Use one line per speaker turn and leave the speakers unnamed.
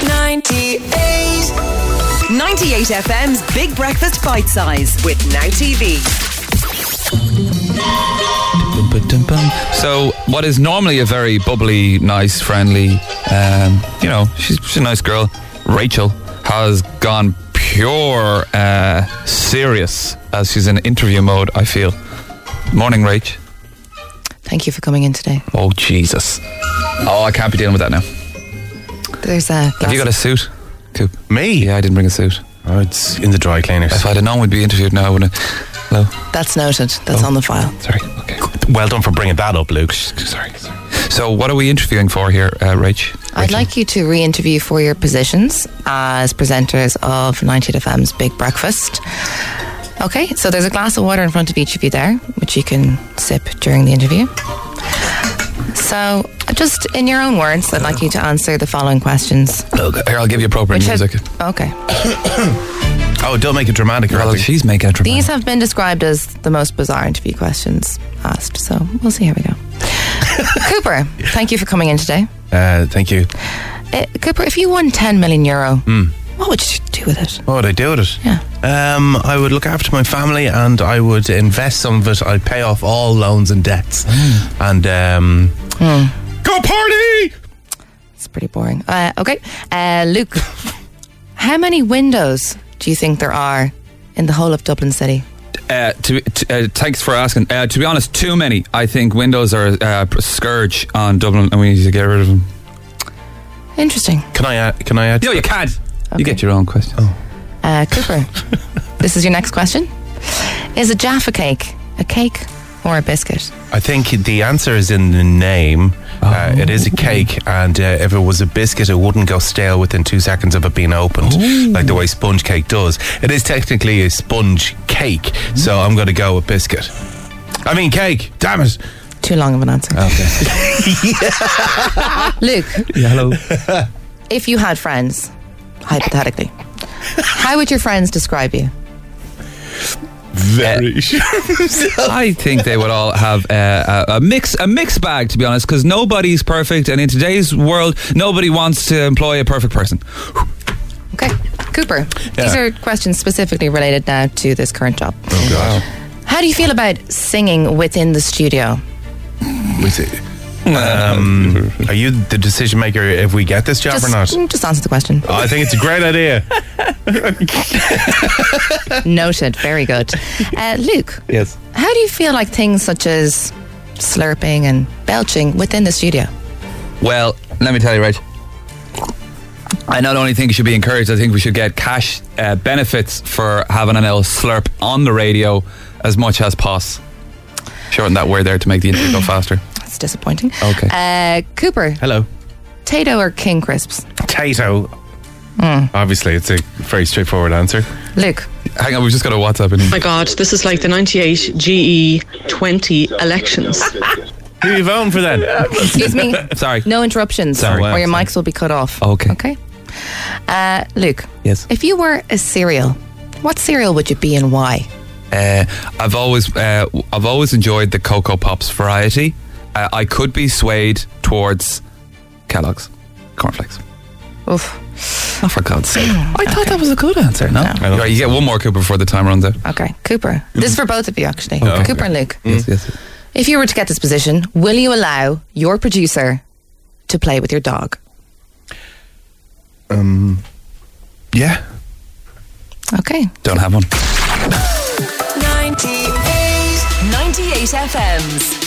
98.
98 FM's Big Breakfast Bite Size with Now TV.
Dum, ba, dum, bum. So, what is normally a very bubbly, nice, friendly, um, you know, she's, she's a nice girl, Rachel, has gone pure uh, serious as she's in interview mode, I feel. Morning, Rach.
Thank you for coming in today.
Oh, Jesus. Oh, I can't be dealing with that now.
There's a.
Have you got a suit, Coop?
Me?
Yeah, I didn't bring a suit.
Oh, it's in the dry cleaners.
If I'd have known we'd be interviewed now, I wouldn't Hello?
That's noted. That's
Oh.
on the file.
Sorry. Okay.
Well done for bringing that up, Luke.
Sorry. sorry. So, what are we interviewing for here, uh, Rach?
I'd
Rachel?
like you to re-interview for your positions as presenters of 90 FM's Big Breakfast. Okay, so there's a glass of water in front of each of you there, which you can sip during the interview. So, just in your own words, I'd like you to answer the following questions.
Okay, Here, I'll give you appropriate
Which have-
music.
okay.
Oh, don't make it dramatic. or
Well,
anything.
she's making a dramatic.
These have been described as the most bizarre interview questions asked, so we'll see how we go. Cooper, thank you for coming in today.
Uh, thank you.
Uh, Cooper, if you won 10 million euro, what would you do with it?
What would I Oh, do with it?
Yeah.
Um, I would look after my family and I would invest some of it. I'd pay off all loans and debts. And um, go party!
It's pretty boring. Uh, okay. Uh, Luke, how many windows do you think there are in the whole of Dublin City?
Uh, to, to, uh, thanks for asking. Uh, to be honest, too many. I think Windows are uh, a scourge on Dublin, and we need to get rid of them.
Interesting.
Can I add? Can I add?
No, you can't.
Okay.
You get your own question.
Uh, Cooper, this is your next question. Is a Jaffa cake a cake or a biscuit?
I think the answer is in the name. Uh, it is a cake, and uh, if it was a biscuit, it wouldn't go stale within two seconds of it being opened, like the way sponge cake does. It is technically a sponge cake, so I'm going to go with biscuit. I mean, cake. Damn it.
Too long of an answer.
Okay.
Luke,
yeah, hello.
if you had friends, hypothetically, how would your friends describe you?
Very sure.
I think they would all have uh, a, a mix, a mixed bag, to be honest, because nobody's perfect, and in today's world, nobody wants to employ a perfect person.
Okay. Cooper, these
Yeah.
are questions specifically related now to this current job.
Oh, God.
How do you feel about singing within the studio?
With it. Um, are you the decision maker if we get this job
Just,
or not?
mm, just answer the question.
I think it's a great idea.
Noted. Very good. Uh, Luke,
Yes.
how do you feel like things such as slurping and belching within the studio?
Well, let me tell you, Rach. I not only think it should be encouraged, I think we should get cash uh, benefits for having an L slurp on the radio as much as pos. Shorten that word there to make the interview go faster.
That's disappointing.
Okay.
Uh, Cooper,
Hello.
Tato or King Crisps?
Potato. Obviously, it's a very straightforward answer.
Luke,
Hang on, we've just got a WhatsApp in.
my god, this is like the 98 GE 20 elections.
Who are you voting for then?
excuse me.
Sorry.
No interruptions,
Sorry.
or your mics will be cut off.
Okay.
Okay. Uh, Luke,
Yes.
if you were a cereal, what cereal would you be and why?
Uh, I've always uh, w- I've always enjoyed the Cocoa Pops variety. Uh, I could be swayed towards Kellogg's cornflakes.
Oof.
Oh, for God's sake! I thought that was a good answer. No, Mm.
don't-
Right, you get one more Cooper before the time runs out.
Okay, Cooper. This is for both of you, actually. Cooper and Luke.
Yes, yes.
If you were to get this position, will you allow your producer to play with your dog?
Yeah.
Okay.
Don't have one.
98.
98 FM's